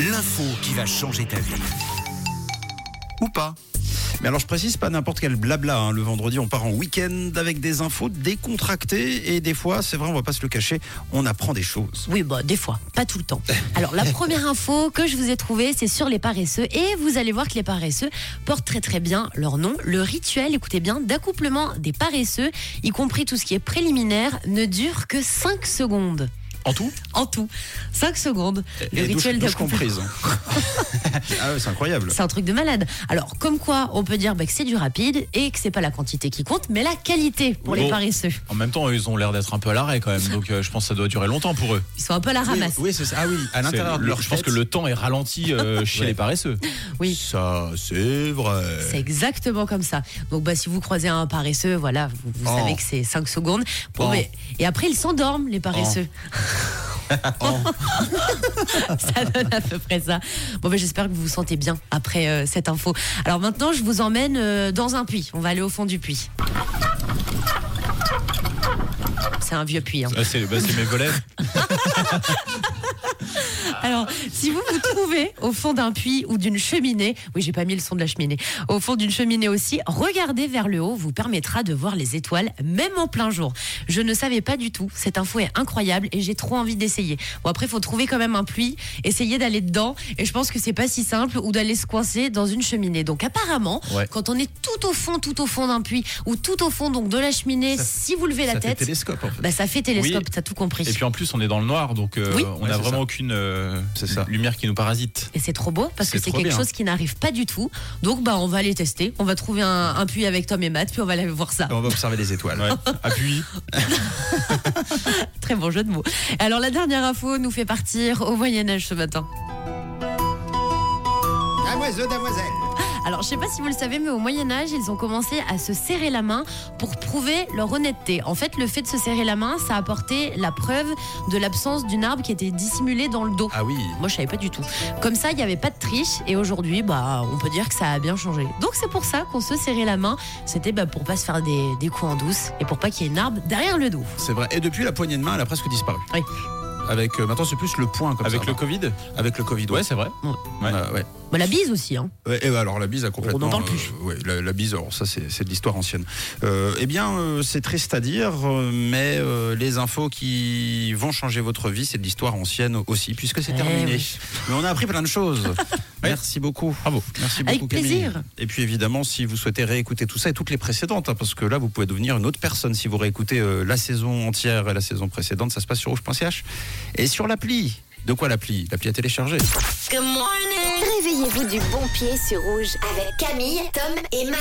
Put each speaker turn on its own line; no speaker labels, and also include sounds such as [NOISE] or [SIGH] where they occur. l'info qui va changer ta vie. Ou pas.
Mais alors je précise pas n'importe quel blabla. hein. Le vendredi, on part en week-end avec des infos décontractées et des fois, c'est vrai, on va pas se le cacher, on apprend des choses.
Oui, bah, des fois, pas tout
[LAUGHS]
le temps. Alors, la première info que je vous ai trouvée, c'est sur les paresseux. Et vous allez voir que les paresseux portent très très bien leur nom. Le rituel, écoutez bien, d'accouplement des paresseux, y compris tout ce qui est préliminaire, ne dure que 5 secondes.
En tout
En tout, 5 secondes. Le
Et douche-
rituel
douche
d'accouplement.
comprise. [LAUGHS] ah ouais, c'est incroyable.
C'est un truc de malade. Alors, comme quoi, on peut dire bah, que c'est du rapide et que c'est pas la quantité qui compte, mais la qualité pour les
Bon.
paresseux.
En même temps, ils ont l'air d'être un peu à l'arrêt quand même, donc euh, je pense que ça doit durer longtemps pour eux.
Ils sont un peu à la ramasse.
Oui, c'est ça. Ah oui, à l'intérieur
C'est-
de
le-
leur
Je pense
fête.
que le temps est
[LAUGHS]
ralenti euh, chez
Ouais.
les paresseux.
[LAUGHS] Oui.
Ça, c'est
C'est
Euh.
vrai.
exactement comme ça. Donc bah, si vous croisez un paresseux, voilà, vous, vous
Oh.
savez que c'est 5 secondes. Bon,
Oh.
mais- et après, ils s'endorment, les paresseux.
Oh.
[LAUGHS] ça donne à peu près ça. Bon, bah, j'espère que vous vous sentez bien après euh, cette info. Alors maintenant, je vous emmène euh, dans un puits. On va aller au fond du puits. C'est un vieux puits. hein.
Ah, C'est bah, c'est
[LAUGHS]
mes volets.
Alors, si vous vous trouvez au fond d'un puits ou d'une cheminée, oui, j'ai pas mis le son de la cheminée, au fond d'une cheminée aussi, regardez vers le haut vous permettra de voir les étoiles, même en plein jour. Je ne savais pas du tout, cette info est incroyable et j'ai trop envie d'essayer. Bon, après, faut trouver quand même un puits, essayer d'aller dedans, et je pense que c'est pas si simple, ou d'aller se coincer dans une cheminée. Donc, apparemment,
Ouais.
quand on est tout au fond, tout au fond d'un puits, ou tout au fond donc de la cheminée, si vous levez la
Ça fait
tête,
télescope en fait.
bah, ça fait télescope,
Oui.
t'as tout compris.
Et puis en plus, on est dans le noir, donc euh,
Oui.
on
Ouais,
n'a
c'est
vraiment
ça.
aucune euh,
C'est ça.
lumière qui nous parasite.
Et c'est trop beau parce que
C'est
c'est
trop
quelque
bien.
chose qui n'arrive pas du tout. Donc bah on va aller tester. On va trouver un, un puits avec Tom et Matt, puis on va aller voir
[LAUGHS]
ça.
On va observer les étoiles. [LAUGHS]
Ouais. Appuie.
Très bon jeu de mots. Alors la dernière info nous fait partir au Moyen Âge ce matin.
Damoiseau, damoiselle.
Alors je sais pas si vous le savez, mais au Moyen Âge, ils ont commencé à se serrer la main pour prouver leur honnêteté. En fait, le fait de se serrer la main, ça apportait la preuve de l'absence d'une arme qui était dissimulée dans le dos.
Ah oui.
Moi, je savais pas du tout. Comme ça, il n'y avait pas de triche. Et aujourd'hui, bah, on peut dire que ça a bien changé. Donc, c'est pour ça qu'on se serrait la main. C'était bah, pour pas se faire des, des coups en douce et pour pas qu'il y ait une arme derrière le dos.
C'est vrai. Et depuis, la poignée de main, elle a presque disparu.
Oui.
Avec, euh, maintenant, c'est plus le point comme
Avec
ça,
le
non
Covid
Avec le Covid.
Ouais, c'est vrai.
On a- ouais.
Bah, la bise aussi. Hein.
Ouais, et bah alors la bise a complètement.
n'en parle plus.
euh, ouais, la, la bise, alors ça c'est, c'est de l'histoire ancienne. Euh, eh bien, euh, c'est triste à dire, euh, mais euh, les infos qui vont changer votre vie, c'est de l'histoire ancienne aussi, puisque c'est
Eh
terminé.
oui.
Mais on a appris plein de
[LAUGHS]
choses. Merci beaucoup. Bravo. Merci beaucoup.
Avec
Camille.
plaisir.
Et puis évidemment, si vous souhaitez réécouter tout ça et toutes les précédentes, hein, parce que là, vous pouvez devenir une autre personne si vous réécoutez euh, la saison entière et la saison précédente, ça se passe sur rouge.ch et sur l'appli. De quoi l'appli L'appli à télécharger.
Réveillez-vous du bon pied sur rouge avec Camille, Tom et Matt.